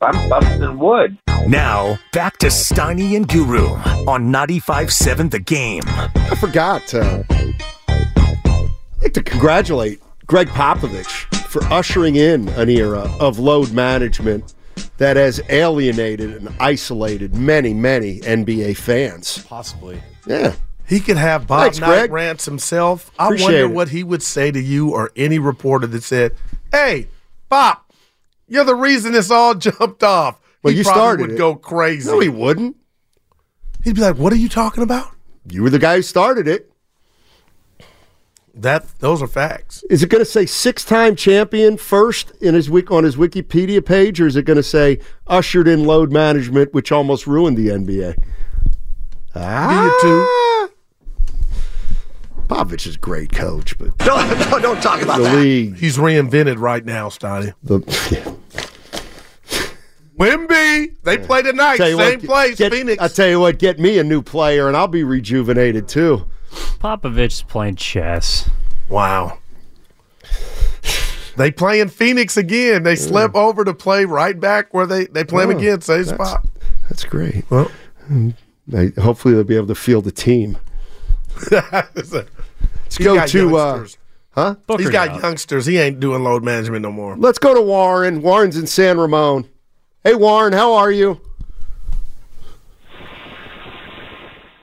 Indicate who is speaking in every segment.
Speaker 1: I'm busting wood.
Speaker 2: Now, back to Steiny and Guru on 95.7 The Game.
Speaker 3: I forgot. Uh, I'd like to congratulate Greg Popovich for ushering in an era of load management that has alienated and isolated many, many NBA fans.
Speaker 4: Possibly.
Speaker 3: Yeah.
Speaker 4: He could have Bob
Speaker 3: Thanks,
Speaker 4: Knight
Speaker 3: Greg.
Speaker 4: rants himself. I
Speaker 3: Appreciate
Speaker 4: wonder
Speaker 3: it.
Speaker 4: what he would say to you or any reporter that said, "Hey, Bob, you're the reason this all jumped off."
Speaker 3: Well,
Speaker 4: he
Speaker 3: you
Speaker 4: probably
Speaker 3: started
Speaker 4: would
Speaker 3: it.
Speaker 4: go crazy.
Speaker 3: No, he wouldn't.
Speaker 4: He'd be like, "What are you talking about?"
Speaker 3: You were the guy who started it.
Speaker 4: That those are facts.
Speaker 3: Is it going to say six-time champion first in his week on his Wikipedia page, or is it going to say ushered in load management, which almost ruined the NBA? Ah, Popovich is a great coach, but no, no, don't talk about the league.
Speaker 4: He's reinvented right now, Stoney.
Speaker 3: The,
Speaker 4: Wimby, they play tonight,
Speaker 3: Tell
Speaker 4: same
Speaker 3: you what, get-
Speaker 4: place,
Speaker 3: get-
Speaker 4: Phoenix.
Speaker 3: I tell you what, get me a new player, and I'll be rejuvenated too.
Speaker 5: Popovich's playing chess.
Speaker 4: wow. They playing Phoenix again. They slept over to play right back where they they play 'em
Speaker 3: Oh,
Speaker 4: again. Same
Speaker 3: that's-
Speaker 4: spot.
Speaker 3: That's great.
Speaker 4: Well,
Speaker 3: They- hopefully, they'll be able to field a team.
Speaker 4: let's
Speaker 3: Let's go to. Uh,
Speaker 5: Booker's
Speaker 4: He's got
Speaker 5: out.
Speaker 4: youngsters. He ain't doing load management no more.
Speaker 3: let's go to Warren. Warren's in San Ramon. Hey, Warren, how are you?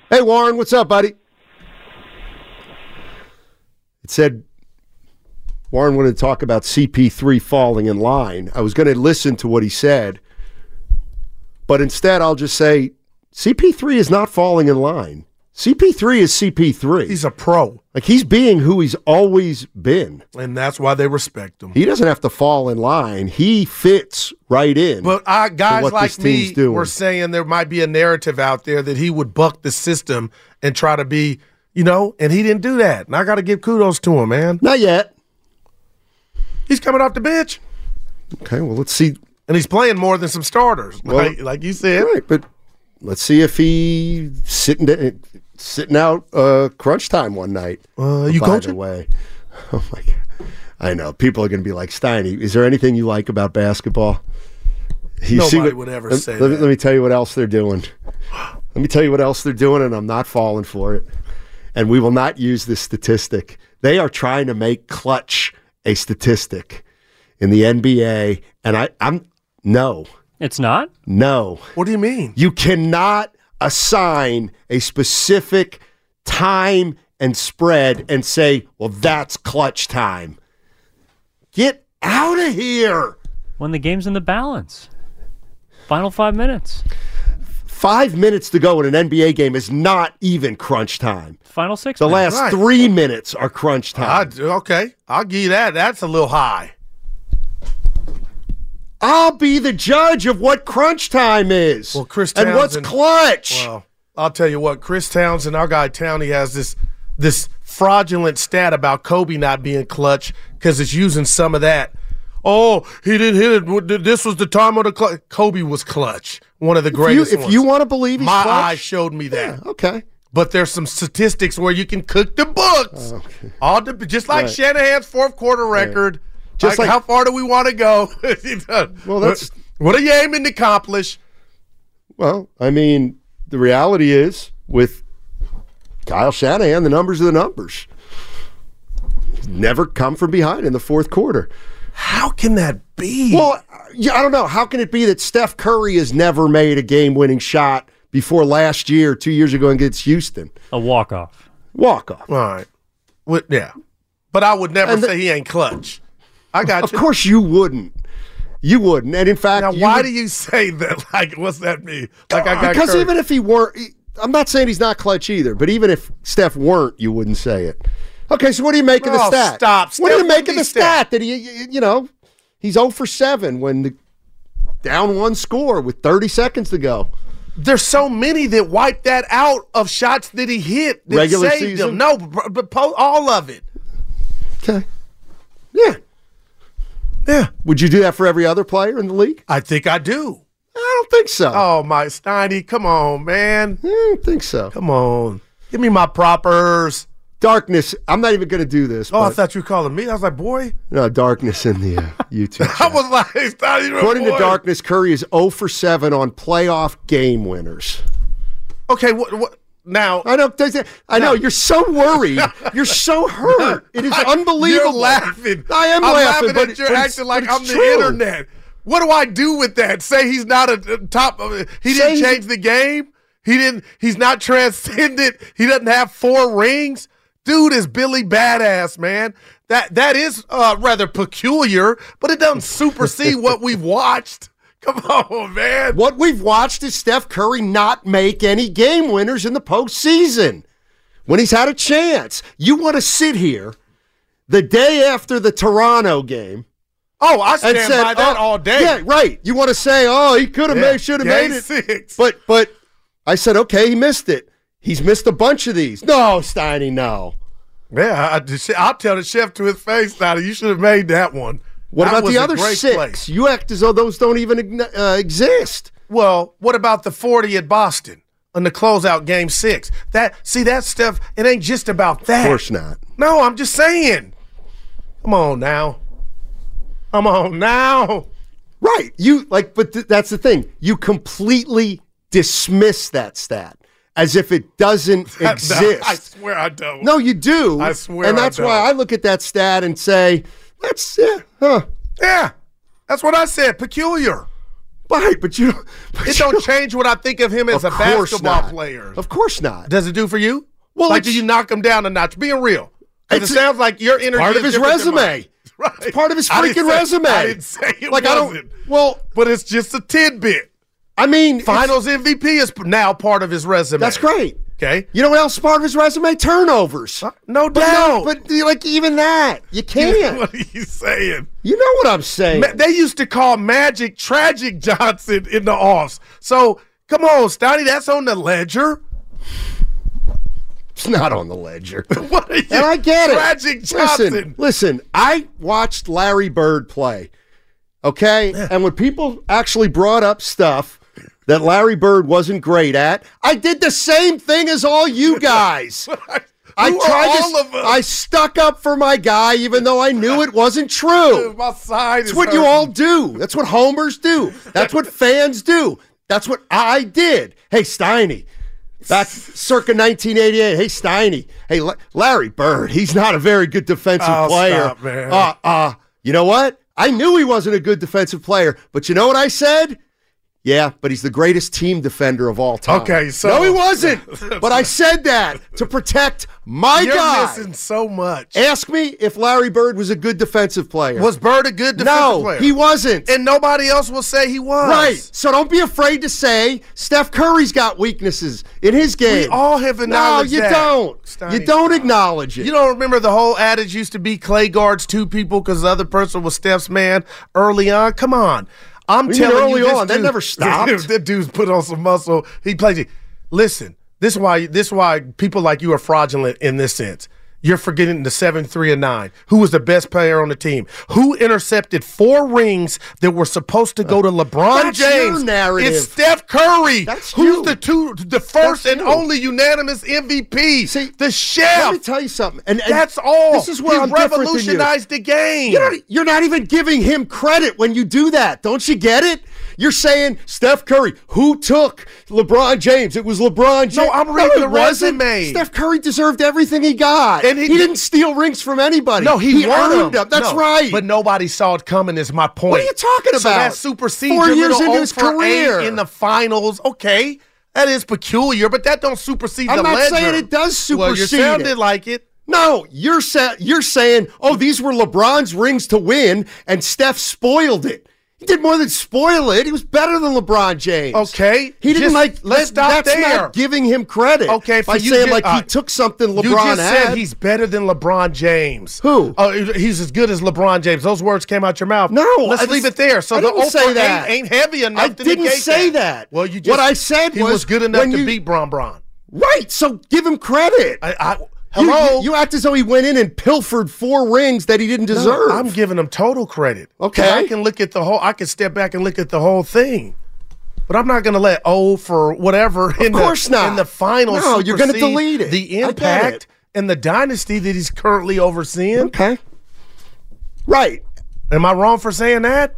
Speaker 3: Hey, Warren, what's up, buddy? It said Warren wanted to talk about CP3 falling in line. I was going to listen to what he said, but instead I'll just say CP3 is not falling in line. CP3 is CP3.
Speaker 4: He's a pro,
Speaker 3: like he's being who he's always been.
Speaker 4: and that's why they respect him.
Speaker 3: He doesn't have to fall in line. He fits right in.
Speaker 4: But I, guys
Speaker 3: what
Speaker 4: like
Speaker 3: this
Speaker 4: me
Speaker 3: team's doing.
Speaker 4: were saying there might be a narrative out there that he would buck the system and try to be, you know, and he didn't do that. And I got to give kudos to him, man.
Speaker 3: not yet.
Speaker 4: He's coming off the bench,
Speaker 3: Okay, well let's see.
Speaker 4: and he's playing more than some starters,
Speaker 3: Well-
Speaker 4: like, like you said.
Speaker 3: All right, but let's see if he sitting da- sitting out uh, crunch time one night.
Speaker 4: Uh, you
Speaker 3: By the
Speaker 4: coaching?
Speaker 3: way, oh my god, I know people are going to be like Steiny. Is there anything you like about basketball? You
Speaker 4: Nobody would ever
Speaker 3: let,
Speaker 4: say
Speaker 3: let me-
Speaker 4: that.
Speaker 3: let me tell you what else they're doing. Let me tell you what else they're doing, and I'm not falling for it. And we will not use this statistic. They are trying to make clutch a statistic in the NBA, and I, I'm no,
Speaker 5: It's not?
Speaker 3: no.
Speaker 4: What do you mean?
Speaker 3: You cannot assign a specific time and spread and say, well, that's clutch time. Get out of here.
Speaker 5: When the game's in the balance. Final five minutes.
Speaker 3: Five minutes to go in an NBA game is not even crunch time.
Speaker 5: Final six
Speaker 3: The
Speaker 5: minutes.
Speaker 3: last
Speaker 4: Right.
Speaker 3: three minutes are crunch
Speaker 4: I,
Speaker 3: time.
Speaker 4: okay, I'll give you that. That's a little high.
Speaker 3: I'll be the judge of what crunch time is.
Speaker 4: Well, Chris
Speaker 3: and what's
Speaker 4: Townsend-
Speaker 3: clutch?
Speaker 4: Well, Uh, I'll tell you what, Chris Townsend, our guy Townie, has this this fraudulent stat about Kobe not being clutch because it's using some of that. Oh, he didn't hit it. W- th- This was the time of the clutch. Kobe was clutch, one of the
Speaker 3: if you,
Speaker 4: greatest.
Speaker 3: if
Speaker 4: ones.
Speaker 3: you want to believe he's
Speaker 4: my
Speaker 3: clutch,
Speaker 4: eyes showed me that.
Speaker 3: okay.
Speaker 4: But there's some statistics where you can cook the books.
Speaker 3: Oh.
Speaker 4: All the, just like Shanahan's fourth quarter record.
Speaker 3: Just
Speaker 4: Just like,
Speaker 3: like-
Speaker 4: how far do we want to go?
Speaker 3: Well, that's-
Speaker 4: what are you aiming to accomplish?
Speaker 3: Well, I mean, the reality is with Kyle Shanahan, the numbers are the numbers. He's Never come from behind in the fourth quarter.
Speaker 4: How can that be?
Speaker 3: Well, yeah, I don't know. How can it be that Steph Curry has never made a game winning shot before last year, two years ago against Houston?
Speaker 5: A walk off.
Speaker 3: Walk off.
Speaker 4: All right. What, yeah. But I would never
Speaker 3: And the-
Speaker 4: say he ain't clutch. I got
Speaker 3: Of
Speaker 4: you.
Speaker 3: course you wouldn't. You wouldn't. And in fact,
Speaker 4: Now,
Speaker 3: you
Speaker 4: why
Speaker 3: would-
Speaker 4: do you say that? Like, what's that mean? Like, I got
Speaker 3: because
Speaker 4: Curry.
Speaker 3: even if he weren't, he- I'm not saying he's not clutch either, but even if Steph weren't, you wouldn't say it. Okay, so what do you make of the
Speaker 4: Oh,
Speaker 3: stat?
Speaker 4: stop.
Speaker 3: What do
Speaker 4: Steph
Speaker 3: you make of
Speaker 4: wouldn't
Speaker 3: the
Speaker 4: be Steph.
Speaker 3: stat that he, y- y- you know, he's 0 for 7 when the down one score with 30 seconds to go.
Speaker 4: There's so many that wipe that out of shots that he hit that
Speaker 3: Regular
Speaker 4: saved
Speaker 3: season?
Speaker 4: him. No, but but po- all of it.
Speaker 3: Okay. Yeah.
Speaker 4: Yeah.
Speaker 3: Would you do that for every other player in the league?
Speaker 4: I think I do.
Speaker 3: I don't think so.
Speaker 4: Oh, my Steiny, come on, man.
Speaker 3: I don't think so.
Speaker 4: Come on. Give me my propers.
Speaker 3: darkness. I'm not even going to do this.
Speaker 4: Oh, I
Speaker 3: but-
Speaker 4: thought you were calling me. I was like, boy.
Speaker 3: no, darkness in the uh, YouTube.
Speaker 4: I was like, it's not even
Speaker 3: According
Speaker 4: Oh, boy.
Speaker 3: to Darkness, Curry is 0 for 7 on playoff game winners.
Speaker 4: Okay, what? what now,
Speaker 3: I know. does it- I know. You're so worried. You're so hurt. It is unbelievable.
Speaker 4: You're laughing.
Speaker 3: I am
Speaker 4: I'm
Speaker 3: laughing,
Speaker 4: laughing
Speaker 3: but
Speaker 4: at you're
Speaker 3: but it's-
Speaker 4: acting like
Speaker 3: but
Speaker 4: I'm
Speaker 3: it's
Speaker 4: the
Speaker 3: true.
Speaker 4: internet. What do I do with that? Say he's not a a top. uh, He
Speaker 3: Say
Speaker 4: didn't
Speaker 3: he-
Speaker 4: change the game. He didn't. He's not transcendent. He doesn't have four rings. Dude is Billy badass, man. That that is uh, rather peculiar, but it doesn't supersede what we've watched. Come on, man.
Speaker 3: What we've watched is Steph Curry not make any game winners in the postseason when he's had a chance. You want to sit here the day after the Toronto game
Speaker 4: Oh, I
Speaker 3: and
Speaker 4: stand
Speaker 3: said
Speaker 4: by that
Speaker 3: oh,
Speaker 4: all day.
Speaker 3: Yeah, right. You want to say, oh, he could have
Speaker 4: Yeah,
Speaker 3: made, should have
Speaker 4: game
Speaker 3: made it.
Speaker 4: Six.
Speaker 3: But but I said, okay, he missed it. He's missed a bunch of these. No, Steiny, no.
Speaker 4: Yeah, I, I just, I'll tell the chef to his face now. You should have made that one.
Speaker 3: What
Speaker 4: That
Speaker 3: about
Speaker 4: was
Speaker 3: the
Speaker 4: a
Speaker 3: other
Speaker 4: great
Speaker 3: six?
Speaker 4: play.
Speaker 3: You act as though those don't even ign- uh, exist.
Speaker 4: Well, what about the forty at Boston on the closeout game six? That see that stuff. It ain't just about that.
Speaker 3: Of course not.
Speaker 4: No, I'm just saying. Come on now. Come on now.
Speaker 3: Right. You like, but th- that's the thing. You completely dismiss that stat as if it doesn't
Speaker 4: I
Speaker 3: exist.
Speaker 4: swear I don't.
Speaker 3: No, you do.
Speaker 4: I swear
Speaker 3: And
Speaker 4: I
Speaker 3: that's why
Speaker 4: don't.
Speaker 3: I look at that stat and say, that's yeah, huh?
Speaker 4: Yeah, that's what I said. Peculiar.
Speaker 3: Right, but you. But
Speaker 4: It
Speaker 3: you
Speaker 4: don't change what I think of him as a
Speaker 3: of course
Speaker 4: basketball
Speaker 3: not.
Speaker 4: player.
Speaker 3: Of course not.
Speaker 4: Does it do for you?
Speaker 3: Well,
Speaker 4: Well, like,
Speaker 3: it's-
Speaker 4: do you knock him down a notch? Being real, 'Cause
Speaker 3: It's-
Speaker 4: it sounds like your energy
Speaker 3: part of his
Speaker 4: is different than
Speaker 3: resume.
Speaker 4: mine. Right.
Speaker 3: It's part of his
Speaker 4: I didn't
Speaker 3: freaking
Speaker 4: say-
Speaker 3: resume.
Speaker 4: I didn't say it
Speaker 3: like I
Speaker 4: wasn't.
Speaker 3: don't. Well,
Speaker 4: But it's just a tidbit.
Speaker 3: I mean, it's-
Speaker 4: Finals MVP is p- now part of his resume.
Speaker 3: That's great.
Speaker 4: Okay.
Speaker 3: You know what else is part of his resume? Turnovers.
Speaker 4: No
Speaker 3: But
Speaker 4: doubt.
Speaker 3: but like even that, you can't.
Speaker 4: what are you saying?
Speaker 3: you know what I'm saying?
Speaker 4: Ma- They used to call Magic Tragic Johnson in the offs. So come on, Stoney, that's on the ledger.
Speaker 3: It's not on the ledger. and
Speaker 4: What are you?
Speaker 3: I get it.
Speaker 4: Tragic Johnson.
Speaker 3: listen, listen. I watched Larry Bird play. Okay, and when people actually brought up stuff that Larry Bird wasn't great at, I did the same thing as all you guys. I
Speaker 4: Who are
Speaker 3: tried to.
Speaker 4: all of us?
Speaker 3: I stuck up for my guy, even though I knew it wasn't true.
Speaker 4: My side is
Speaker 3: That's what you
Speaker 4: hurting.
Speaker 3: all do. That's what homers do. That's what fans do. That's what I did. Hey, Steiny, back circa 1988. Hey, Steiny. Hey, La- Larry Bird. He's not a very good defensive
Speaker 4: Oh,
Speaker 3: player.
Speaker 4: stop, man.
Speaker 3: Uh, uh, you know what? I knew he wasn't a good defensive player, but you know what I said? Yeah, but he's the greatest team defender of all time.
Speaker 4: Okay, so-
Speaker 3: no, he wasn't. but I said that to protect my
Speaker 4: You're
Speaker 3: guy.
Speaker 4: missing so much.
Speaker 3: Ask me if Larry Bird was a good defensive player.
Speaker 4: Was Bird a good defensive
Speaker 3: no,
Speaker 4: player?
Speaker 3: he wasn't.
Speaker 4: and nobody else will say he was.
Speaker 3: Right. So don't be afraid to say Steph Curry's got weaknesses in his game.
Speaker 4: We all have
Speaker 3: no,
Speaker 4: acknowledged
Speaker 3: you
Speaker 4: that.
Speaker 3: don't.
Speaker 4: Steiny,
Speaker 3: you don't acknowledge it.
Speaker 4: You don't remember the whole adage used to be Clay guards two people because the other person was Steph's man early on. Come on, I'm
Speaker 3: What do you mean
Speaker 4: telling
Speaker 3: early
Speaker 4: you, this
Speaker 3: on? That
Speaker 4: dude-
Speaker 3: never stopped.
Speaker 4: that dude's put on some muscle. He plays. it. Listen, this is why this is why people like you are fraudulent in this sense. You're forgetting the seven, three, and nine. Who was the best player on the team? Who intercepted four rings that were supposed to go to LeBron
Speaker 3: That's your
Speaker 4: James?
Speaker 3: narrative.
Speaker 4: It's Steph Curry.
Speaker 3: That's
Speaker 4: who's
Speaker 3: you.
Speaker 4: the two, the
Speaker 3: That's
Speaker 4: first and
Speaker 3: you.
Speaker 4: only unanimous MVP.
Speaker 3: See,
Speaker 4: the
Speaker 3: Let
Speaker 4: chef.
Speaker 3: me tell you something. And, and
Speaker 4: That's all.
Speaker 3: This is where
Speaker 4: he
Speaker 3: I'm
Speaker 4: revolutionized the game.
Speaker 3: Different than you. e, You're not, you're not even giving him credit when you do that. Don't you get it? You're saying Steph Curry, who took LeBron James? It was LeBron James.
Speaker 4: I'm reading
Speaker 3: it
Speaker 4: the
Speaker 3: wasn't.
Speaker 4: resume.
Speaker 3: Steph Curry deserved everything he got,
Speaker 4: And he-
Speaker 3: didn't steal rings from anybody.
Speaker 4: no, he, won
Speaker 3: earned them.
Speaker 4: them.
Speaker 3: That's
Speaker 4: No,
Speaker 3: right.
Speaker 4: But nobody saw it coming. Is my point.
Speaker 3: What are you talking
Speaker 4: So
Speaker 3: about?
Speaker 4: that supersedes
Speaker 3: Four
Speaker 4: your
Speaker 3: years into
Speaker 4: little 0
Speaker 3: his
Speaker 4: for 8
Speaker 3: career.
Speaker 4: in the finals. Okay, that is peculiar, but that don't supersede
Speaker 3: I'm
Speaker 4: the
Speaker 3: not
Speaker 4: ledger.
Speaker 3: saying it does
Speaker 4: Well, you
Speaker 3: supersede it.
Speaker 4: sounded like it.
Speaker 3: No, you're sa- you're saying, oh, these were LeBron's rings to win, and Steph spoiled it. He did more than spoil it. He was better than LeBron James.
Speaker 4: Okay,
Speaker 3: He didn't
Speaker 4: just-
Speaker 3: like.
Speaker 4: let's stop
Speaker 3: that's
Speaker 4: there.
Speaker 3: not giving him credit.
Speaker 4: Okay,
Speaker 3: by
Speaker 4: for you
Speaker 3: saying
Speaker 4: ju-
Speaker 3: like he
Speaker 4: uh,
Speaker 3: took something LeBron
Speaker 4: you just
Speaker 3: had.
Speaker 4: said he's better than LeBron James.
Speaker 3: Who?
Speaker 4: Oh, he's as good as LeBron James. Those words came out your mouth.
Speaker 3: No,
Speaker 4: let's
Speaker 3: I
Speaker 4: leave
Speaker 3: just-
Speaker 4: it there. So
Speaker 3: I
Speaker 4: the
Speaker 3: didn't
Speaker 4: 0 for
Speaker 3: say
Speaker 4: 8
Speaker 3: that.
Speaker 4: ain't heavy enough.
Speaker 3: I
Speaker 4: to
Speaker 3: didn't
Speaker 4: negate
Speaker 3: say that.
Speaker 4: Well, you just
Speaker 3: What I said
Speaker 4: he
Speaker 3: was
Speaker 4: was, good enough
Speaker 3: when
Speaker 4: to
Speaker 3: you-
Speaker 4: beat Bron Bron.
Speaker 3: right. So give him credit.
Speaker 4: I, I
Speaker 3: You- you-
Speaker 4: Uh, hello.
Speaker 3: You, act as though he went in and pilfered four rings that he didn't deserve.
Speaker 4: I'm giving him total credit.
Speaker 3: Okay.
Speaker 4: And I can look at the whole. I can step back and look at the whole thing. But I'm not going to let O for whatever in
Speaker 3: course
Speaker 4: the
Speaker 3: not.
Speaker 4: in the finals.
Speaker 3: No, you're gonna
Speaker 4: supersede
Speaker 3: delete it. I
Speaker 4: The
Speaker 3: get
Speaker 4: impact
Speaker 3: it.
Speaker 4: and the dynasty that he's currently overseeing.
Speaker 3: Okay. Right.
Speaker 4: Am I wrong for saying that?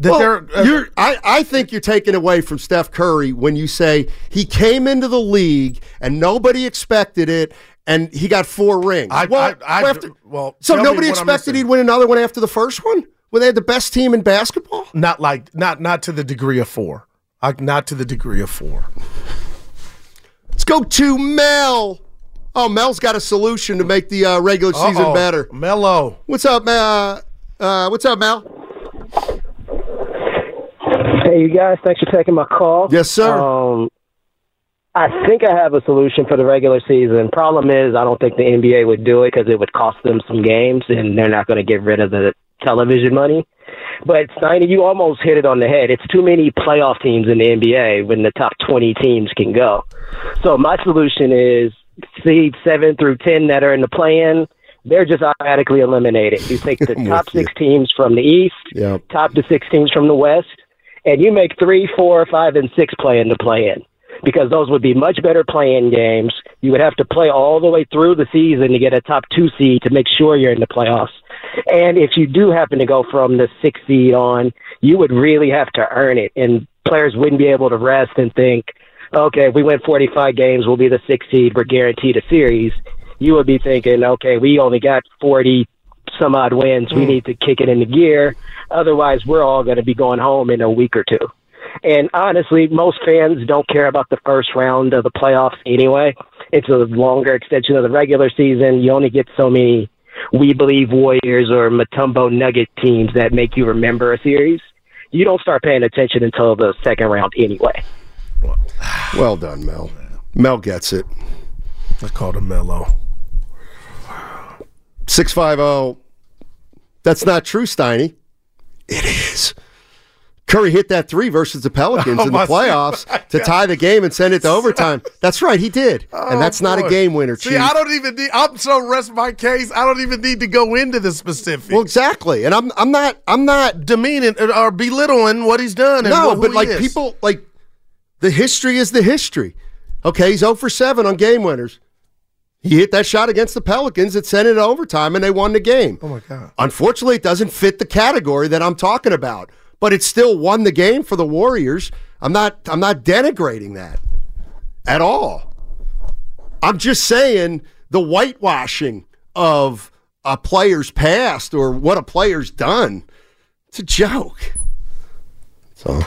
Speaker 4: That
Speaker 3: Well,
Speaker 4: they're uh,
Speaker 3: you're, I, I think you're taking away from Steph Curry when you say he came into the league and nobody expected it, and he got four rings.
Speaker 4: I-
Speaker 3: well,
Speaker 4: I- I-
Speaker 3: after-
Speaker 4: well,
Speaker 3: so
Speaker 4: tell me
Speaker 3: nobody
Speaker 4: what I'm
Speaker 3: expected
Speaker 4: missing.
Speaker 3: he'd win another one after the first one when they had the best team in basketball.
Speaker 4: not like not not to the degree of four. Like not to the degree of four.
Speaker 3: Let's go to Mel. Oh, Mel's got a solution to make the uh, regular season
Speaker 4: Uh-oh.
Speaker 3: better.
Speaker 4: Mello.
Speaker 3: What's up, Mel? Uh, what's up, Mel?
Speaker 1: Hey, you guys, thanks for taking my call.
Speaker 3: Yes, sir.
Speaker 1: Um, I think I have a solution for the regular season. Problem is, I don't think the NBA would do it because it would cost them some games, and they're not going to get rid of the television money. But Steiner, you almost hit it on the head. It's too many playoff teams in the NBA when the top 20 teams can go. So my solution is seed seven through 10 that are in the play-in. They're just automatically eliminated. You take the
Speaker 3: I'm
Speaker 1: top
Speaker 3: with you.
Speaker 1: six teams from the East,
Speaker 3: Yeah.
Speaker 1: top to six teams from the West, and you make three, four, five, and six play in to play in because those would be much better play in games. You would have to play all the way through the season to get a top two seed to make sure you're in the playoffs. And if you do happen to go from the six seed on, you would really have to earn it, and players wouldn't be able to rest and think, okay, if we win 45 games, we'll be the six seed, we're guaranteed a series. You would be thinking, okay, we only got 40 some odd wins. We need to kick it into gear. Otherwise, we're all going to be going home in a week or two. And honestly, most fans don't care about the first round of the playoffs anyway. It's a longer extension of the regular season. You only get so many We Believe Warriors or Matumbo Nugget teams that make you remember a series. You don't start paying attention until the second round anyway.
Speaker 3: Well done, Mel. Mel gets it.
Speaker 4: I called him Mello.
Speaker 3: 650. oh. That's not true, Steiny. It is. Curry hit that three versus the Pelicans in the
Speaker 4: Oh, my-
Speaker 3: playoffs to tie the game and send it to overtime. That's right, he did. and that's not a
Speaker 4: boy.
Speaker 3: game winner,
Speaker 4: Oh, See,
Speaker 3: Chief.
Speaker 4: I don't even need. I'm so rest my case. I don't even need to go into the specifics.
Speaker 3: well, exactly. And I'm I'm not I'm not
Speaker 4: demeaning or belittling what he's done. And
Speaker 3: No,
Speaker 4: wh- who
Speaker 3: but
Speaker 4: he
Speaker 3: like
Speaker 4: is.
Speaker 3: people like the history is the history. Okay, he's 0 for 7 on game winners. He hit that shot against the Pelicans that sent it to overtime and they won the game.
Speaker 4: Oh my god.
Speaker 3: Unfortunately, it doesn't fit the category that I'm talking about, but it still won the game for the Warriors. I'm not I'm not denigrating that at all. I'm just saying the whitewashing of a player's past or what a player's done. It's a joke. So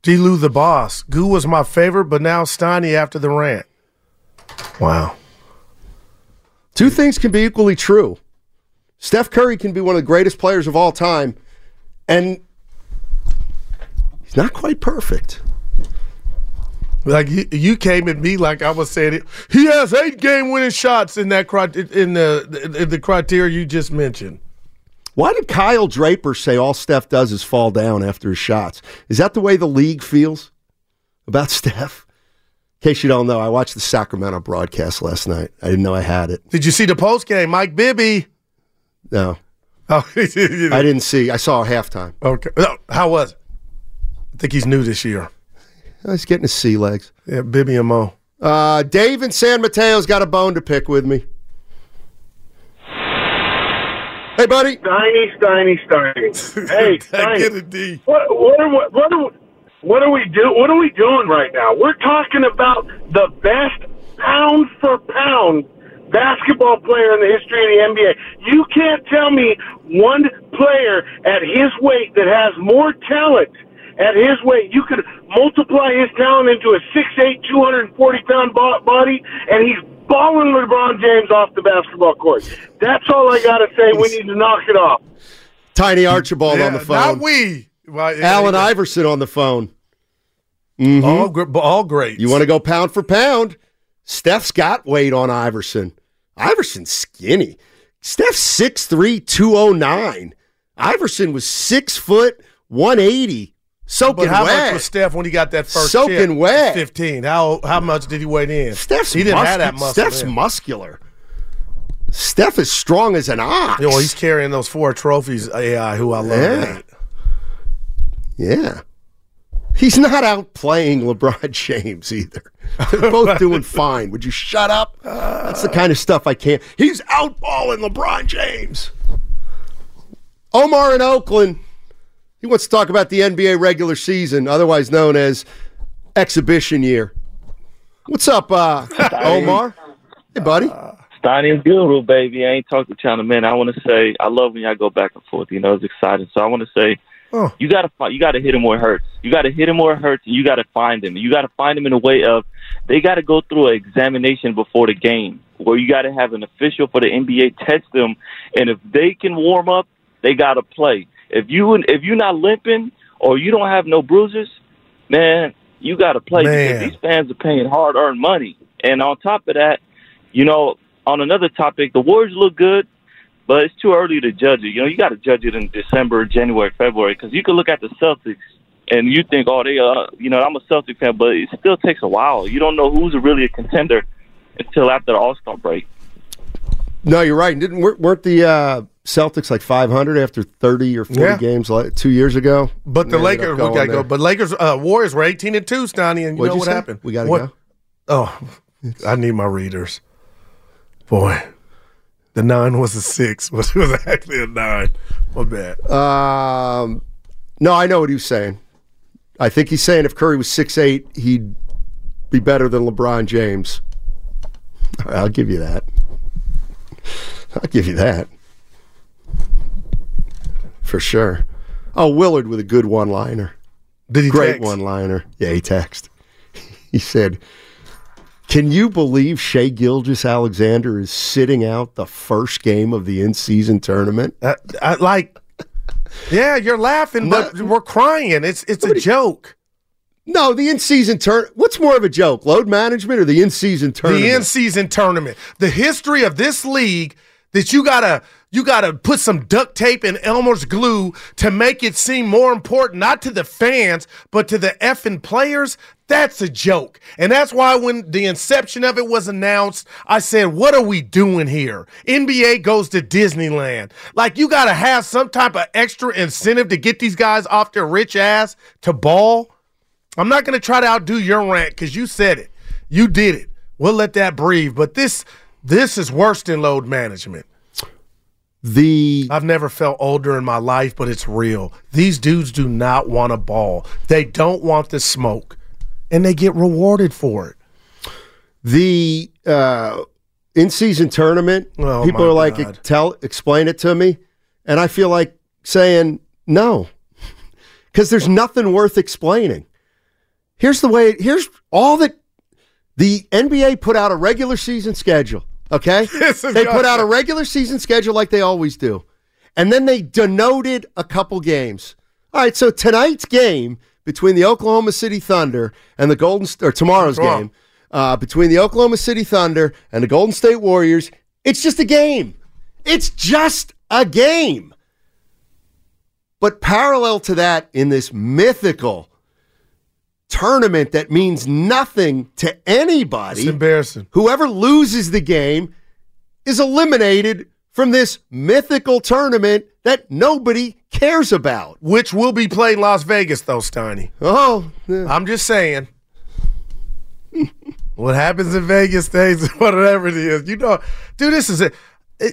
Speaker 4: D. Lou the boss. Goo was my favorite, but now Steiny after the rant. Wow.
Speaker 3: Two things can be equally true. Steph Curry can be one of the greatest players of all time, and he's not quite perfect.
Speaker 4: Like you, you came at me like I was saying it. He has eight game winning shots in that cri- in the in the criteria you just mentioned.
Speaker 3: Why did Kyle Draper say all Steph does is fall down after his shots? Is that the way the league feels about Steph? In case you don't know, I watched the Sacramento broadcast last night. I didn't know I had it.
Speaker 4: Did you see the post game, Mike Bibby?
Speaker 3: No,
Speaker 4: Oh, you know.
Speaker 3: I didn't see. I saw halftime.
Speaker 4: okay. No, How was it? I think he's new this year.
Speaker 3: Oh, He's getting his sea legs.
Speaker 4: Yeah, Bibby and Mo.
Speaker 3: Uh, Dave in San Mateo's got a bone to pick with me. Hey, buddy.
Speaker 6: Steiny, Steiny, Steiny. Hey,
Speaker 4: I get
Speaker 6: Steiny.
Speaker 4: it, D.
Speaker 6: What, what, are, what, what, are, what are we do? What are we doing right now? We're talking about the best pound for pound basketball player in the history of the NBA. You can't tell me one player at his weight that has more talent at his weight. You could multiply his talent into a 6'8", 240 pound bo- body, and he's balling LeBron James off the basketball court. That's all I got to say. We need to knock it off.
Speaker 3: Tiny Archibald on the
Speaker 4: Yeah, Not
Speaker 3: phone.
Speaker 4: we. Well,
Speaker 3: Alan
Speaker 4: yeah,
Speaker 3: Iverson on the phone.
Speaker 4: all, gr- all great.
Speaker 3: You want to go pound for pound? Steph's got weight on Iverson. Iverson's skinny. Steph's 6'3, 209. Iverson was 6 foot 180. Soaking
Speaker 4: But how much
Speaker 3: wet.
Speaker 4: was Steph when he got that first
Speaker 3: Soaking
Speaker 4: chip?
Speaker 3: wet.
Speaker 4: Fifteen. How how much did he weigh in?
Speaker 3: Steph's
Speaker 4: he didn't
Speaker 3: mus-
Speaker 4: have that muscle.
Speaker 3: Steph's
Speaker 4: then.
Speaker 3: muscular. Steph is strong as an ox.
Speaker 4: Yeah, well, he's carrying those four trophies. AI, who I love.
Speaker 3: Yeah. yeah. He's not out playing LeBron James either. They're both doing fine. Would you shut up? That's the kind of stuff I can't. He's outballing LeBron James. Omar in Oakland. He wants to talk about the NBA regular season, otherwise known as exhibition year. What's up, uh, Omar? Hey, buddy.
Speaker 7: Stadium Guru, baby. I ain't talked to China man. I want to say I love when y'all go back and forth. You know, it's exciting. So I want to say
Speaker 3: Oh.
Speaker 7: you gotta fi- you gotta hit him where it hurts. You gotta hit him where it hurts, and you gotta find him. You gotta find him in a way of they gotta go through an examination before the game, where you gotta have an official for the NBA test them, and if they can warm up, they gotta play. If you if you're not limping or you don't have no bruises, man, you gotta play
Speaker 4: Man.
Speaker 7: because these fans are paying hard earned money. And on top of that, you know, on another topic, the Warriors look good, but it's too early to judge it. You know, you got to judge it in December, January, February, because you can look at the Celtics and you think, oh, they, uh, you know, I'm a Celtics fan, but it still takes a while. You don't know who's really a contender until after the All Star break.
Speaker 3: No, you're right. Didn't weren't weren't the uh, Celtics like 500 after 30 or 40
Speaker 4: Yeah.
Speaker 3: games like two years ago?
Speaker 4: But
Speaker 3: They
Speaker 4: the
Speaker 3: ended
Speaker 4: Lakers,
Speaker 3: up
Speaker 4: we
Speaker 3: going
Speaker 4: gotta
Speaker 3: there.
Speaker 4: go. But Lakers, uh, Warriors were eighteen and two, Stoney, and you
Speaker 3: What'd
Speaker 4: know
Speaker 3: you
Speaker 4: what
Speaker 3: say?
Speaker 4: happened?
Speaker 3: We gotta
Speaker 4: What-
Speaker 3: go.
Speaker 4: Oh, I need my readers. Boy, the nine was a six, which was actually a nine. My bad. Uh,
Speaker 3: Um, no, I know what he was saying. I think he's saying if Curry was six eight, he'd be better than LeBron James. I'll give you that. I'll give you that for sure. Oh, Willard with a good one liner.
Speaker 4: Did he
Speaker 3: Great
Speaker 4: text?
Speaker 3: one liner. Yeah, he text. He said, Can you believe Shea Gilgis Alexander is sitting out the first game of the in season tournament?
Speaker 4: I, Uh, I, like, yeah, you're laughing, but we're crying. It's it's a joke.
Speaker 3: No, the in season turn what's more of a joke? Load management or the in season tournament?
Speaker 4: The in season tournament, the history of this league that you gotta you gotta put some duct tape and Elmer's glue to make it seem more important, not to the fans, but to the effing players. That's a joke, and that's why when the inception of it was announced, I said, "What are we doing here?" NBA goes to Disneyland. Like you gotta have some type of extra incentive to get these guys off their rich ass to ball. I'm not going to try to outdo your rant because you said it. You did it. We'll let that breathe. But this this is worse than load management.
Speaker 3: the
Speaker 4: I've never felt older in my life, but it's real. These dudes do not want a ball. They don't want the smoke, and they get rewarded for it.
Speaker 3: the uh, in season tournament,
Speaker 4: Oh,
Speaker 3: people
Speaker 4: my
Speaker 3: are like,
Speaker 4: God.
Speaker 3: tell, explain it to me, and I feel like saying no, because there's nothing worth explaining. Here's the way. Here's all that the NBA put out a regular season schedule. Okay,
Speaker 4: This is
Speaker 3: they put
Speaker 4: awesome.
Speaker 3: out a regular season schedule like they always do, and then they denoted a couple games. All right, so tonight's game between the Oklahoma City Thunder and the Golden St- or tomorrow's
Speaker 4: Tomorrow.
Speaker 3: game uh, between the Oklahoma City Thunder and the Golden State Warriors. It's just a game. It's just a game. But parallel to that, in this mythical tournament that means nothing to
Speaker 4: It's
Speaker 3: anybody,
Speaker 4: embarrassing.
Speaker 3: whoever loses the game is eliminated from this mythical tournament that nobody cares about.
Speaker 4: Which will be played in Las Vegas, though, Steiny.
Speaker 3: Oh, yeah.
Speaker 4: I'm just saying. what happens in Vegas stays whatever it is. You know, dude, this is it.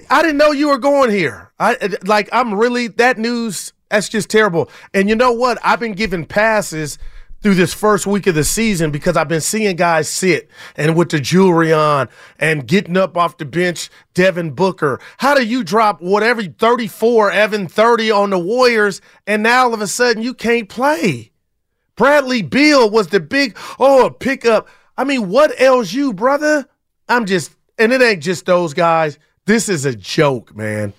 Speaker 4: I didn't know you were going here. I it- like I'm really that news that's just terrible. And you know what? I've been giving passes through this first week of the season because I've been seeing guys sit and with the jewelry on and getting up off the bench, Devin Booker. How do you drop whatever 34, Evan 30 on the Warriors and now all of a sudden you can't play? Bradley Beal was the big oh a pickup. I mean, what else you, brother? I'm just and it ain't just those guys. This is a joke, man.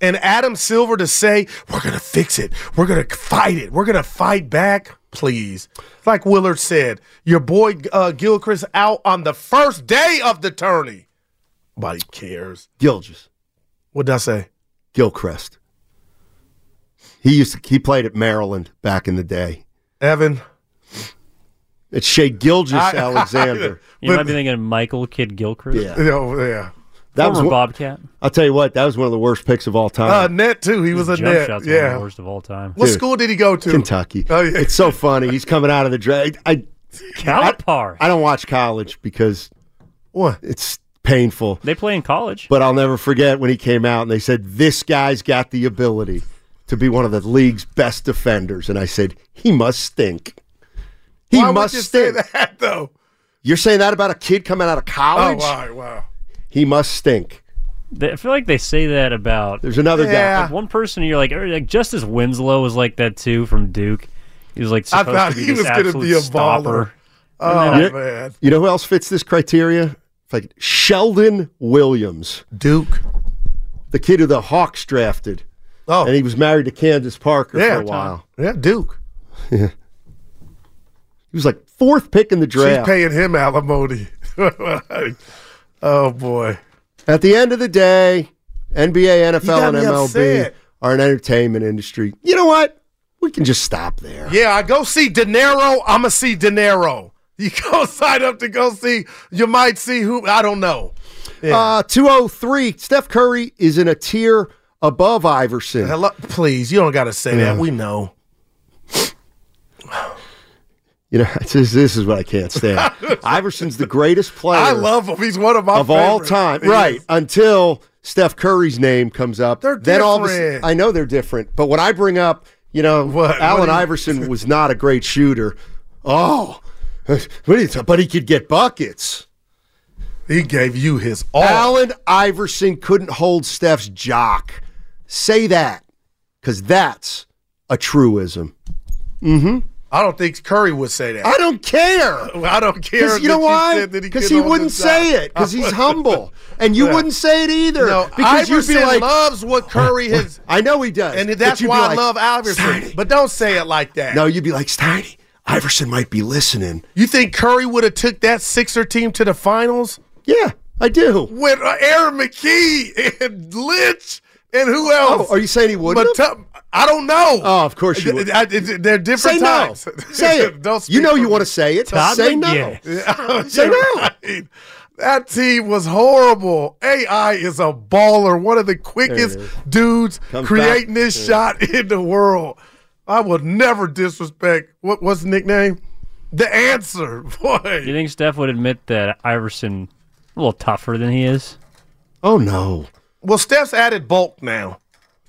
Speaker 4: And Adam Silver to say, we're gonna fix it. We're gonna fight it. We're gonna fight back. Please. Like Willard said, your boy uh, Gilchrist out on the first day of the tourney. Nobody cares.
Speaker 3: Gilgis.
Speaker 4: What did I say?
Speaker 3: Gilchrist. He used to he played at Maryland back in the day.
Speaker 4: Evan.
Speaker 3: It's Shea Gilgis Alexander.
Speaker 5: You
Speaker 4: But-
Speaker 5: might be thinking Michael Kidd Gilchrist.
Speaker 3: Yeah.
Speaker 4: Oh, yeah.
Speaker 3: That
Speaker 5: Former
Speaker 3: was one-
Speaker 5: Bobcat.
Speaker 3: I'll tell you what, that was one of the worst picks of all time.
Speaker 4: Uh, net too. He was a
Speaker 5: Jump
Speaker 4: net.
Speaker 5: shots are one of
Speaker 4: Yeah.
Speaker 5: the worst of all time.
Speaker 4: What
Speaker 3: Dude.
Speaker 4: school did he go to?
Speaker 3: Kentucky.
Speaker 4: Oh, yeah.
Speaker 3: It's so funny. He's coming out of the draft. I,
Speaker 5: Calipari.
Speaker 3: I don't watch college because
Speaker 4: What?
Speaker 3: it's painful.
Speaker 5: they play in college.
Speaker 3: But I'll never forget when he came out and they said, This guy's got the ability to be one of the league's best defenders. And I said, He must stink. He
Speaker 4: Why
Speaker 3: must
Speaker 4: would you say
Speaker 3: stink.
Speaker 4: that though?
Speaker 3: You're saying that about a kid coming out of
Speaker 4: Oh
Speaker 3: college?
Speaker 4: wow, wow.
Speaker 3: He must stink.
Speaker 5: They, I feel like they say that about
Speaker 3: There's another
Speaker 4: Yeah.
Speaker 3: guy.
Speaker 5: one person. You're like, or, like Justice Winslow was like that too from Duke. He was like
Speaker 4: I
Speaker 5: supposed
Speaker 4: thought
Speaker 5: to be
Speaker 4: he
Speaker 5: this
Speaker 4: was gonna
Speaker 5: absolute
Speaker 4: be a
Speaker 5: stopper.
Speaker 4: Oh
Speaker 3: Yeah.
Speaker 4: man,
Speaker 3: You know who else fits this criteria? It's Like Sheldon Williams,
Speaker 4: Duke.
Speaker 3: the kid who the Hawks drafted,
Speaker 4: Oh
Speaker 3: and he was married to Candace Parker
Speaker 4: yeah,
Speaker 3: for a while.
Speaker 4: yeah, Duke.
Speaker 3: He was like fourth pick in the
Speaker 4: She's
Speaker 3: draft.
Speaker 4: paying him alimony. oh boy.
Speaker 3: At the end of the day, NBA,
Speaker 4: You got
Speaker 3: NFL, and
Speaker 4: me
Speaker 3: MLB
Speaker 4: upset.
Speaker 3: are an entertainment industry. You know what? We can just stop there.
Speaker 4: Yeah, I go see De Niro. I'ma see De Niro. You go sign up to go see. You might see who. I don't know.
Speaker 3: Uh, 203. Steph Curry is in a tier above Iverson.
Speaker 4: Hello, please. You don't got to say that. We know.
Speaker 3: You know, this, is- this is what I can't stand. Iverson's the greatest player
Speaker 4: I love him. He's one of my
Speaker 3: of all
Speaker 4: favorites.
Speaker 3: time.
Speaker 4: He
Speaker 3: Right.
Speaker 4: is.
Speaker 3: Until Steph Curry's name comes up.
Speaker 4: They're
Speaker 3: then all of a-
Speaker 4: different.
Speaker 3: I know they're different. But when I bring up, you know,
Speaker 4: What-
Speaker 3: Allen
Speaker 4: what do you-
Speaker 3: Iverson was not a great shooter. Oh, what do you but he could get buckets.
Speaker 4: He gave you his all.
Speaker 3: Allen Iverson couldn't hold Steph's jock. Say that, because that's a truism.
Speaker 4: I don't think Curry would say that.
Speaker 3: I don't care.
Speaker 4: I don't care.
Speaker 3: Because you know
Speaker 4: Uh, that
Speaker 3: why?
Speaker 4: said that
Speaker 3: Because
Speaker 4: could
Speaker 3: he
Speaker 4: hold
Speaker 3: wouldn't
Speaker 4: his job.
Speaker 3: say it. Because he's
Speaker 4: I-
Speaker 3: humble, and you wouldn't say it either.
Speaker 4: No,
Speaker 3: because
Speaker 4: Iverson
Speaker 3: you'd be like,
Speaker 4: loves what Curry has,
Speaker 3: I know he does,
Speaker 4: and
Speaker 3: but
Speaker 4: that's
Speaker 3: you'd be
Speaker 4: why I
Speaker 3: like,
Speaker 4: love Iverson.
Speaker 3: "Steiny."
Speaker 4: But don't say it like that.
Speaker 3: no, you'd be like, Steiny, Iverson might be listening.
Speaker 4: You think Curry would have took that Sixer team to the finals
Speaker 3: Yeah, I do.
Speaker 4: with uh, Aaron McKee and Lynch and who else?
Speaker 3: Oh, are you saying he wouldn't? have?
Speaker 4: Matu- I don't know.
Speaker 3: Oh, of course you would.
Speaker 4: I- I- they're
Speaker 3: Say
Speaker 4: different
Speaker 3: no.
Speaker 4: times.
Speaker 3: Say it.
Speaker 4: don't speak
Speaker 3: you know you
Speaker 4: for
Speaker 3: want to
Speaker 4: me.
Speaker 3: say it.
Speaker 5: Todd
Speaker 3: say no.
Speaker 5: McGinnis.
Speaker 4: You're
Speaker 3: no.
Speaker 4: right. That team was horrible. AI is a baller, one of the quickest dudes
Speaker 3: Comes back.
Speaker 4: creating this shot in the world. I would never disrespect. What, what's the nickname? The answer,
Speaker 5: You
Speaker 4: boy.
Speaker 5: think Steph would admit that Iverson a little tougher than he is?
Speaker 3: Oh no.
Speaker 4: Well, Steph's added bulk now.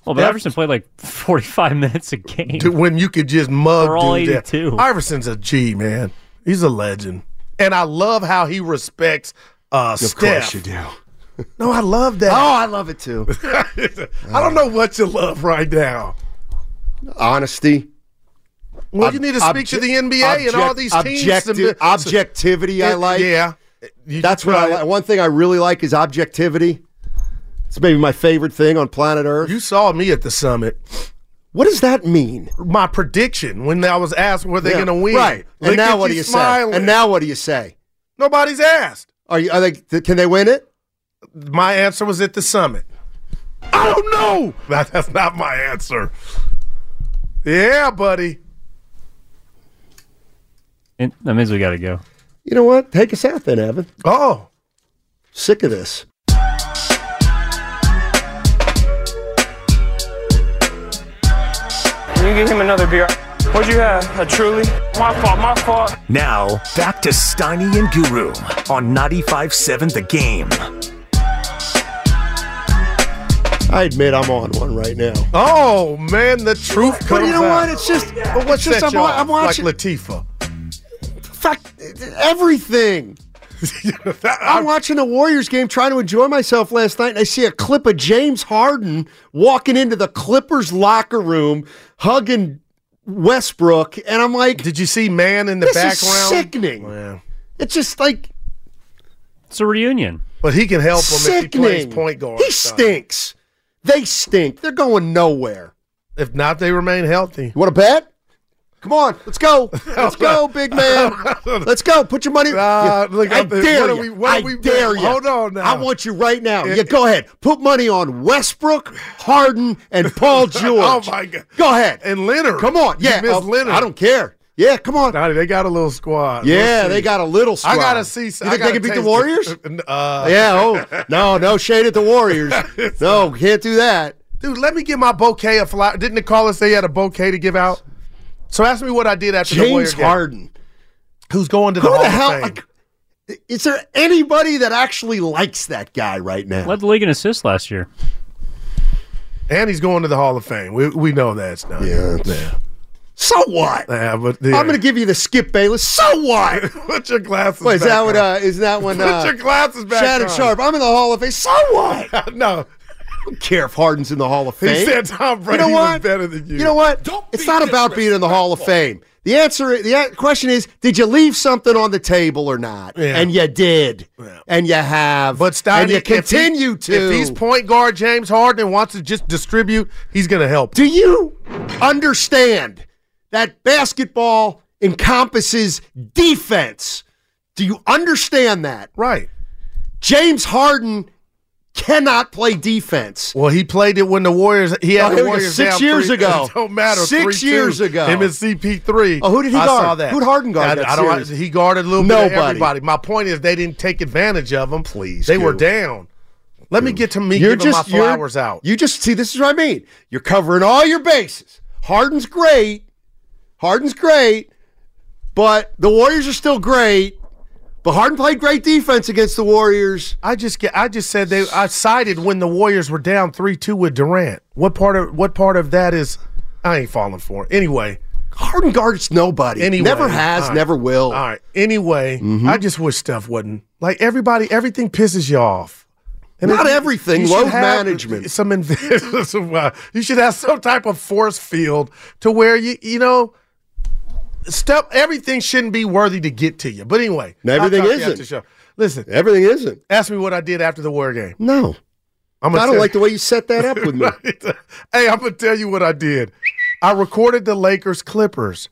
Speaker 5: Well, but
Speaker 4: Yep.
Speaker 5: Iverson played like 45 minutes a game.
Speaker 4: to when you could just mug
Speaker 5: We're all
Speaker 4: dude down.
Speaker 5: 82.
Speaker 4: Iverson's a G man. He's a legend, and I love how he respects uh,
Speaker 3: Of
Speaker 4: Steph.
Speaker 3: course you do.
Speaker 4: No, I love that.
Speaker 3: Oh, I love it too.
Speaker 4: I don't know what you love right now.
Speaker 3: Honesty.
Speaker 4: Well,
Speaker 3: Ob-
Speaker 4: you need to speak to
Speaker 3: obje-
Speaker 4: the NBA and all these teams.
Speaker 3: objective-
Speaker 4: and-
Speaker 3: objectivity, I like.
Speaker 4: Yeah, You-
Speaker 3: That's what I like. One thing I really like is objectivity. It's maybe my favorite thing on planet Earth.
Speaker 4: You saw me at the summit.
Speaker 3: what does that mean?
Speaker 4: My prediction when I was asked were they
Speaker 3: Yeah,
Speaker 4: going to win.
Speaker 3: Right. And
Speaker 4: Look
Speaker 3: now
Speaker 4: at
Speaker 3: what do you
Speaker 4: smiling.
Speaker 3: say? And now what do you say?
Speaker 4: nobody's asked.
Speaker 3: Are you? Are they? th- Can they win it?
Speaker 4: My answer was at the summit. I don't know. That, that's not my answer. Yeah, buddy.
Speaker 5: And that means we got to go.
Speaker 3: You know what? Take us out then, Evan.
Speaker 4: Oh,
Speaker 3: Sick of this.
Speaker 8: Can you get him another beer? What'd you have? A truly? My fault, my fault.
Speaker 2: Now, back to Steiny and Guru on 95.7 The Game.
Speaker 3: I admit I'm on one right now.
Speaker 4: oh man, the truth comes
Speaker 3: But you know
Speaker 4: out.
Speaker 3: what? It's just. But what's
Speaker 4: Set
Speaker 3: just? I'm,
Speaker 4: you
Speaker 3: wa-
Speaker 4: off
Speaker 3: I'm watching.
Speaker 4: like Latifah.
Speaker 3: fuck everything. I'm watching the Warriors game, trying to enjoy myself last night, and I see a clip of James Harden walking into the Clippers locker room, hugging Westbrook, and I'm like,
Speaker 4: Did you see man in the
Speaker 3: this is
Speaker 4: background?
Speaker 3: sickening.
Speaker 4: Yeah.
Speaker 3: It's just like
Speaker 5: It's a reunion.
Speaker 4: But he can help him if he plays
Speaker 3: sickening.
Speaker 4: point guard.
Speaker 3: He
Speaker 4: so.
Speaker 3: stinks. They stink. They're going nowhere.
Speaker 4: If not, they remain healthy.
Speaker 3: You want to bet? Come on, let's go. Let's go, big man. Let's go. Put your money.
Speaker 4: Uh,
Speaker 3: Yeah,
Speaker 4: look,
Speaker 3: I
Speaker 4: I'm- what
Speaker 3: dare
Speaker 4: are
Speaker 3: you.
Speaker 4: we- what are
Speaker 3: I
Speaker 4: we bet-
Speaker 3: dare you.
Speaker 4: Hold on now.
Speaker 3: I want you right now. yeah, go ahead. Put money on Westbrook, Harden, and Paul George.
Speaker 4: Oh, my God.
Speaker 3: Go ahead.
Speaker 4: And Leonard.
Speaker 3: Come on.
Speaker 4: You
Speaker 3: Yeah.
Speaker 4: missed
Speaker 3: oh,
Speaker 4: Leonard.
Speaker 3: I don't care. Yeah, come on.
Speaker 4: Donnie, they got a little squad.
Speaker 3: Yeah,
Speaker 4: We'll
Speaker 3: they
Speaker 4: see.
Speaker 3: got a little squad.
Speaker 4: I gotta see.
Speaker 3: You
Speaker 4: I
Speaker 3: think they
Speaker 4: gotta
Speaker 3: can beat the
Speaker 4: taste
Speaker 3: Warriors?
Speaker 4: it. Uh,
Speaker 3: yeah. Oh no, no shade at the Warriors. no, can't do that.
Speaker 4: dude, let me get my bouquet of flowers. Didn't Nicola say he had a bouquet to give out? So ask me what I did after the Warrior
Speaker 3: James
Speaker 4: game.
Speaker 3: Harden.
Speaker 4: who's going to the
Speaker 3: Who
Speaker 4: Hall
Speaker 3: the hell?
Speaker 4: of Fame.
Speaker 3: like, is there anybody that actually likes that guy right now?
Speaker 5: Led the league in assists last year.
Speaker 4: And he's going to the Hall of Fame. We we know that's not.
Speaker 3: yeah. So what?
Speaker 4: Yeah, but
Speaker 3: I'm gonna give you the Skip Bayless. So what?
Speaker 4: put your glasses.
Speaker 3: Wait, is
Speaker 4: back
Speaker 3: that what?
Speaker 4: on.
Speaker 3: Uh, is that when?
Speaker 4: Put your
Speaker 3: Uh,
Speaker 4: glasses back.
Speaker 3: Shannon
Speaker 4: on.
Speaker 3: Sharp. I'm in the Hall of Fame. So what? I
Speaker 4: no,
Speaker 3: don't care if Harden's in the Hall of
Speaker 4: he
Speaker 3: Fame.
Speaker 4: said Tom Brady
Speaker 3: you know
Speaker 4: was
Speaker 3: what?
Speaker 4: better than you.
Speaker 3: You know what?
Speaker 9: Don't
Speaker 3: it's
Speaker 9: be
Speaker 3: not about being in the Hall of Fame. The answer, the a- question is, did you leave something on the table or not?
Speaker 4: Yeah.
Speaker 3: And you did,
Speaker 4: Yeah.
Speaker 3: and you have,
Speaker 4: But Steiny,
Speaker 3: and you
Speaker 4: if he-
Speaker 3: continue to.
Speaker 4: If he's point guard James Harden wants to just distribute, he's going to help.
Speaker 3: Do you understand that basketball encompasses defense? Do you understand that?
Speaker 4: Right.
Speaker 3: James Harden cannot play defense.
Speaker 4: Well, he played it when the Warriors. He
Speaker 3: Oh, here
Speaker 4: had the
Speaker 3: we go.
Speaker 4: Warriors
Speaker 3: Six
Speaker 4: down
Speaker 3: years
Speaker 4: three-
Speaker 3: ago.
Speaker 4: It don't matter.
Speaker 3: Six
Speaker 4: 3-2.
Speaker 3: years ago.
Speaker 4: Him and CP3.
Speaker 3: Oh, who did he
Speaker 4: I
Speaker 3: guard?
Speaker 4: saw that.
Speaker 3: Who'd Harden guard
Speaker 4: I,
Speaker 3: that
Speaker 4: I don't.
Speaker 3: series?
Speaker 4: He guarded a little bit of
Speaker 3: Nobody.
Speaker 4: everybody. My point is they didn't take advantage of him.
Speaker 3: Please
Speaker 4: they were
Speaker 3: do.
Speaker 4: down. Let me get to me
Speaker 3: You're
Speaker 4: giving
Speaker 3: just
Speaker 4: my
Speaker 3: you're-
Speaker 4: flowers out.
Speaker 3: You just see this is what I mean. You're covering all your bases. Harden's great. Harden's great, but the Warriors are still great. But Harden played great defense against the Warriors.
Speaker 4: I just get. I just said they. I sided when the Warriors were down three two with Durant. What part of what part of that is? I ain't falling for it. Anyway,
Speaker 3: Harden guards nobody.
Speaker 4: Anyway,
Speaker 3: never has,
Speaker 4: all right.
Speaker 3: never will.
Speaker 4: all right. Anyway,
Speaker 3: Mm-hmm.
Speaker 4: I just wish stuff wasn't like everybody. Everything pisses you off. And
Speaker 3: Not
Speaker 4: it-
Speaker 3: everything,
Speaker 4: you should
Speaker 3: load
Speaker 4: have
Speaker 3: management.
Speaker 4: Some inv- some, uh, you should have some type of force field to where you you know stuff. Everything shouldn't be worthy to get to you. But anyway,
Speaker 3: And everything
Speaker 4: I'll talk to you
Speaker 3: isn't.
Speaker 4: after the show. Listen,
Speaker 3: Everything isn't.
Speaker 4: ask me what I did after the war game.
Speaker 3: No.
Speaker 4: I'm gonna
Speaker 3: I don't
Speaker 4: tell
Speaker 3: like the way you set that up with me.
Speaker 4: Right. Hey, I'm gonna tell you what I did. I recorded the Lakers Clippers.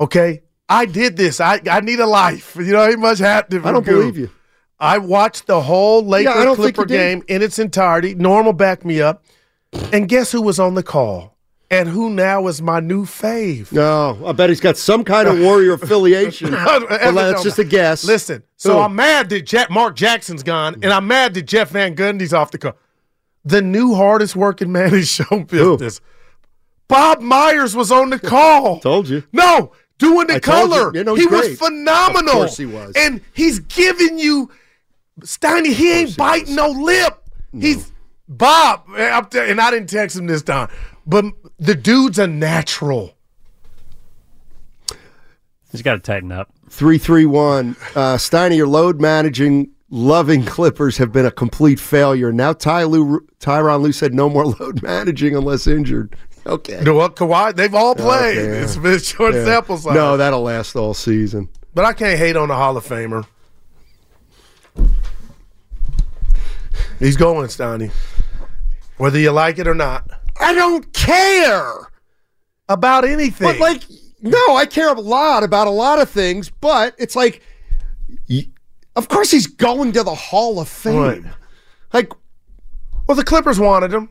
Speaker 4: Okay, I did this. I I need a life. You know, ain't much happening.
Speaker 3: I don't
Speaker 4: from
Speaker 3: believe
Speaker 4: Goo.
Speaker 3: you.
Speaker 4: I watched the whole Lakers
Speaker 3: don't think
Speaker 4: Clipper
Speaker 3: you did.
Speaker 4: game in its entirety. Normal backed me up, and guess who was on the call? And who now is my new fave?
Speaker 3: No, I bet he's got some kind of warrior affiliation.
Speaker 4: Evan,
Speaker 3: Well, that's
Speaker 4: no.
Speaker 3: just a guess.
Speaker 4: Listen, so
Speaker 3: Who?
Speaker 4: I'm mad that Jack, Mark Jackson's gone, and I'm mad that Jeff Van Gundy's off the call. The new hardest working man in show business. Bob Myers was on the call.
Speaker 3: Told you.
Speaker 4: No, doing the
Speaker 3: I told you.
Speaker 4: color.
Speaker 3: You know he's
Speaker 4: he
Speaker 3: great.
Speaker 4: was phenomenal.
Speaker 3: Of course he was.
Speaker 4: And he's giving you Steiny, he ain't biting no lip. He's Bob. eh, I'm tell- and I didn't text him this time. But the dude's a natural.
Speaker 5: He's got to tighten up.
Speaker 3: Three three one. Uh, Steiny, your load managing, loving Clippers have been a complete failure. Now Ty Lue, Tyron Lue said no more load managing unless injured. Okay.
Speaker 4: You know what, Kawhi? They've all played.
Speaker 3: Oh, yeah.
Speaker 4: It's been short
Speaker 3: Yeah.
Speaker 4: sample size.
Speaker 3: No, that'll last all season.
Speaker 4: But I can't hate on the Hall of Famer. He's going, Stoney. Whether you like it or not.
Speaker 3: I don't care.
Speaker 4: About anything.
Speaker 3: But like, no, I care a lot about a lot of things. But it's like, y- of course he's going to the Hall of Fame.
Speaker 4: Right.
Speaker 3: Like,
Speaker 4: well, the Clippers wanted him.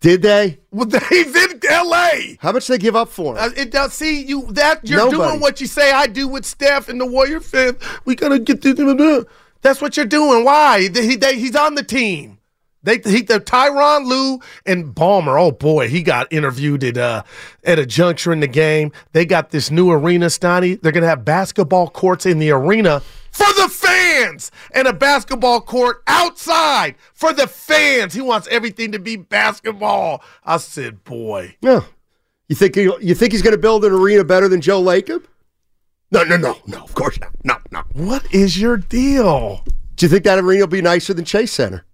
Speaker 3: did they?
Speaker 4: Well, they- he's in L.A.
Speaker 3: How much they give up for him?
Speaker 4: Uh, It does see you that you're
Speaker 3: Nobody.
Speaker 4: doing what you say I do with Steph and the Warrior Fifth. We gonna get this. blah, blah. That's what you're doing. Why? They- he- they- he's on the team. They he, the Tyron Lou and Balmer. Oh boy, he got interviewed at uh at a juncture in the game. They got this new arena, Stoney. They're gonna have basketball courts in the arena for the fans and a basketball court outside for the fans. He wants everything to be basketball. I said, boy.
Speaker 3: No. You think he, you think he's going to build an arena better than Joe Lacob? No, no, no, no. Of course not. No, no.
Speaker 4: What is your deal?
Speaker 3: Do you think that arena will be nicer than Chase Center?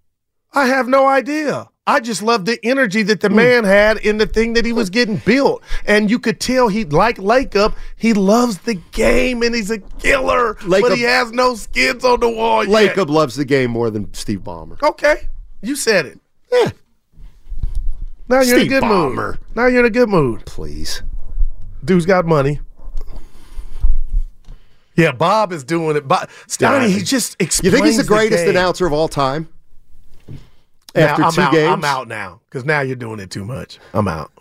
Speaker 4: I have no idea. I just love the energy that the man had in the thing that he was getting built. And you could tell he like Lake Up, he loves the game and he's a killer.
Speaker 3: Lake
Speaker 4: but
Speaker 3: Up-
Speaker 4: he has no skins on the wall yet.
Speaker 3: Lacob loves the game more than Steve Ballmer.
Speaker 4: Okay. You said it.
Speaker 3: Yeah.
Speaker 4: Now you're
Speaker 3: Steve
Speaker 4: in a good
Speaker 3: Ballmer.
Speaker 4: mood. Now you're in a good mood.
Speaker 3: Please.
Speaker 4: Dude's got money. Yeah, Bob is doing it. Bob Stoney, he just
Speaker 3: You
Speaker 4: explains.
Speaker 3: think he's the greatest
Speaker 4: game.
Speaker 3: announcer of all time?
Speaker 4: Now,
Speaker 3: After
Speaker 4: I'm
Speaker 3: two
Speaker 4: out,
Speaker 3: games,
Speaker 4: I'm out now because now you're doing it too much. I'm out.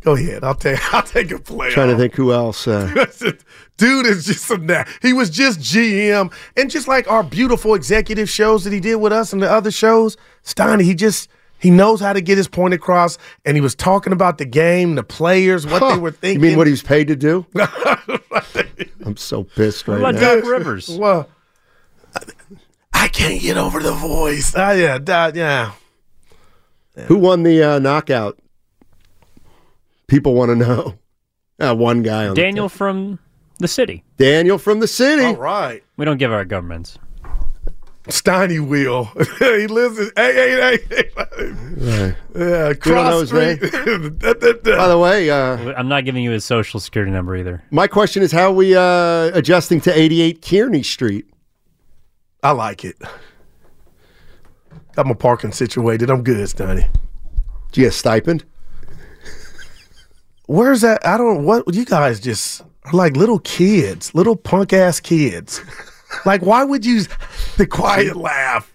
Speaker 4: Go ahead. I'll take. I'll take a play.
Speaker 3: Trying to think who else. Uh,
Speaker 4: Dude is just a na- he was just GM and just like our beautiful executive shows that he did with us and the other shows, Steiny, he just he knows how to get his point across and he was talking about the game, the players, what
Speaker 3: huh.
Speaker 4: they were thinking.
Speaker 3: You mean what he was paid to do? I'm so pissed right
Speaker 5: What
Speaker 3: now.
Speaker 5: about Doc Rivers?
Speaker 4: Well, I can't get over the voice. Ah, yeah, that, yeah.
Speaker 3: Who won the uh, knockout? People want to know. Uh, one guy
Speaker 4: Oh,
Speaker 3: on the
Speaker 5: Daniel from the city.
Speaker 3: team. Daniel from the city.
Speaker 4: All right.
Speaker 5: We don't give our governments.
Speaker 4: Steiny will. he lives in hey, hey, hey.
Speaker 3: Right.
Speaker 4: Yeah,
Speaker 3: know
Speaker 4: cross
Speaker 3: his
Speaker 4: street. Da, da, da.
Speaker 3: By the way, uh,
Speaker 5: I'm not giving you his social security number either.
Speaker 3: my question is how are we uh, adjusting to 88 Kearney Street?
Speaker 4: I like it. I'm a parking situated. I'm good, Stunny.
Speaker 3: Do you get a stipend?
Speaker 4: Where's that? I don't. What you guys just are like little kids, little punk ass kids. Like, why would you? The quiet laugh.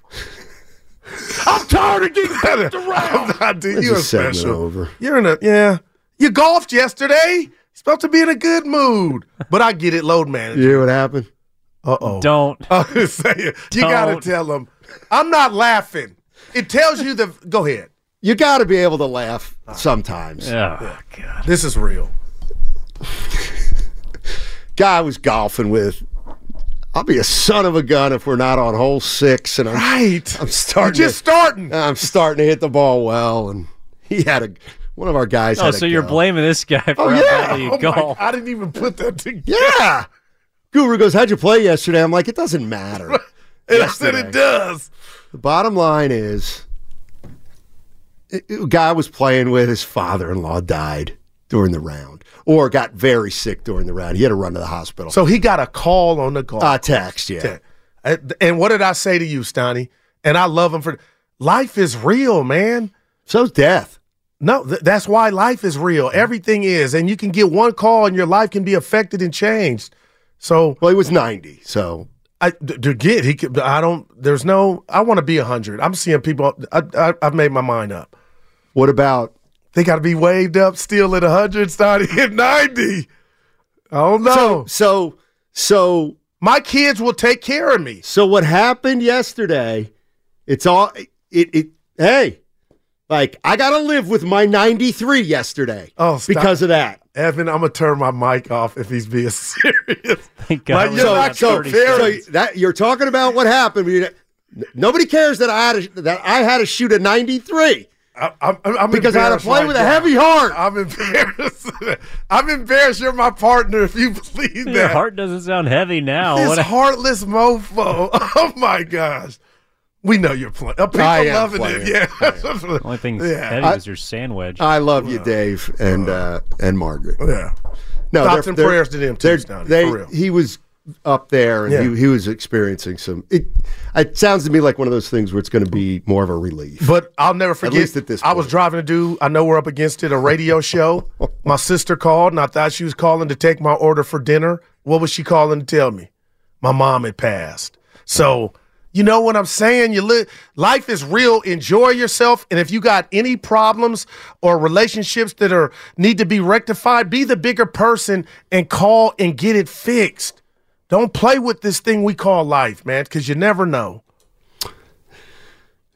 Speaker 4: I'm tired of getting pissed around. i dude, you're
Speaker 3: this segment
Speaker 4: special.
Speaker 3: over?
Speaker 4: You're in a yeah. You golfed yesterday. Supposed to be in a good mood, but I get it, load manager.
Speaker 3: You hear what happened?
Speaker 4: Uh oh.
Speaker 5: Don't.
Speaker 4: I'm just saying. You gotta
Speaker 5: Don't.
Speaker 4: tell them. I'm not laughing. It tells you the. Go ahead.
Speaker 3: You got to be able to laugh sometimes.
Speaker 5: Oh, God.
Speaker 4: This is real.
Speaker 3: Guy I was golfing with. I'll be a son of a gun if we're not on hole six, and I'm
Speaker 4: Right.
Speaker 3: I'm starting.
Speaker 4: Just starting.
Speaker 3: to, I'm starting to hit the ball well, and he had a one of our guys.
Speaker 5: Oh,
Speaker 3: had a
Speaker 5: so you're
Speaker 3: go.
Speaker 5: blaming this guy for
Speaker 3: Oh,
Speaker 5: how
Speaker 3: yeah.
Speaker 5: badly you
Speaker 4: Oh my-
Speaker 5: golf.
Speaker 4: I didn't even put that together.
Speaker 3: Yeah. Guru goes, "How'd you play yesterday?" I'm like, "It doesn't matter."
Speaker 4: And I said it does.
Speaker 3: the bottom line is, it- it- a guy was playing with his father-in-law died during the round, or got very sick during the round. He had to run to the hospital.
Speaker 4: So he got a call on the golf.
Speaker 3: uh, text, yeah.
Speaker 4: that. And- And what did I say to you, Stoney? And I love him for life is real, man.
Speaker 3: So's death.
Speaker 4: No, th- that's why life is real.
Speaker 3: Mm-hmm.
Speaker 4: Everything is, and you can get one call, and your life can be affected and changed. So
Speaker 3: Well, he was 90, so
Speaker 4: I d- to get he could. I don't. There's no. I want to be hundred. I'm seeing people. I, I, I've made my mind up.
Speaker 3: what about?
Speaker 4: They got to be waved up still at hundred, starting at ninety. Oh no!
Speaker 3: So, so,
Speaker 4: my kids will take care of me.
Speaker 3: so what happened yesterday? It's all it. it hey, like I gotta live with my 93 yesterday.
Speaker 4: Oh, stop.
Speaker 3: because of that.
Speaker 4: Evan, I'm gonna turn my mic off if he's being serious.
Speaker 5: Thank God.
Speaker 4: But
Speaker 5: we
Speaker 4: you're
Speaker 5: only
Speaker 4: not
Speaker 5: got
Speaker 4: so
Speaker 5: 30
Speaker 4: fair.
Speaker 5: seconds.
Speaker 3: So that you're talking about what happened. but you- n- nobody cares that I had a, that I had to shoot a 93
Speaker 4: I, I'm, I'm I'm
Speaker 3: because I had to
Speaker 4: embarrassed
Speaker 3: play
Speaker 4: right
Speaker 3: with a
Speaker 4: now.
Speaker 3: heavy heart.
Speaker 4: I'm embarrassed. I'm embarrassed. You're my partner if you believe that.
Speaker 5: Your heart doesn't sound heavy now.
Speaker 4: This
Speaker 5: Oh, What a-
Speaker 4: heartless mofo. Oh my gosh. We know you're playing. People
Speaker 3: I am
Speaker 4: loving
Speaker 3: playing.
Speaker 4: it. Yeah.
Speaker 5: only thing
Speaker 4: Yeah.
Speaker 5: heavy
Speaker 3: I-
Speaker 5: is your sandwich.
Speaker 3: I love you, Dave, and uh, and Margaret.
Speaker 4: yeah.
Speaker 3: No,
Speaker 4: Thoughts and prayers to them too,
Speaker 3: they're-
Speaker 4: Stoney,
Speaker 3: they-
Speaker 4: for real.
Speaker 3: He was up there, and
Speaker 4: Yeah.
Speaker 3: he, he was experiencing some. It, it sounds to me like one of those things where it's going to be more of a relief.
Speaker 4: But I'll never forget.
Speaker 3: least at this
Speaker 4: I was
Speaker 3: point.
Speaker 4: driving to do. I know we're up against it. A radio show. my sister called, and I thought she was calling to take my order for dinner. What was she calling to tell me? My mom had passed. So you know what I'm saying. You live. Life is real. Enjoy yourself. And if you got any problems or relationships that are need to be rectified, be the bigger person and call and get it fixed. Don't play with this thing we call life, man, because you never know.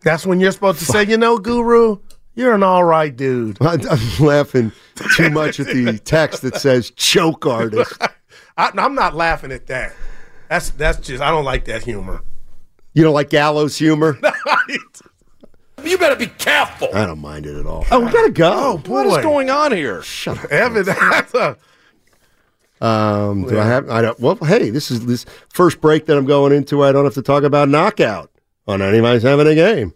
Speaker 4: That's when you're supposed to say, you know, Guru, you're an all right dude.
Speaker 3: I, am laughing too much at the text that says "choke artist."
Speaker 4: I, I'm not laughing at that. That's that's just I don't like that humor.
Speaker 3: You know, like gallows humor.
Speaker 8: You better be careful.
Speaker 3: I don't mind it at all. Oh, we gotta go.
Speaker 8: What is going on here?
Speaker 4: Evan? that's a-
Speaker 3: Um, do I have? I don't. Well, hey, this is this first break that I'm going into. I don't have to talk about knockout on anybody's having a game.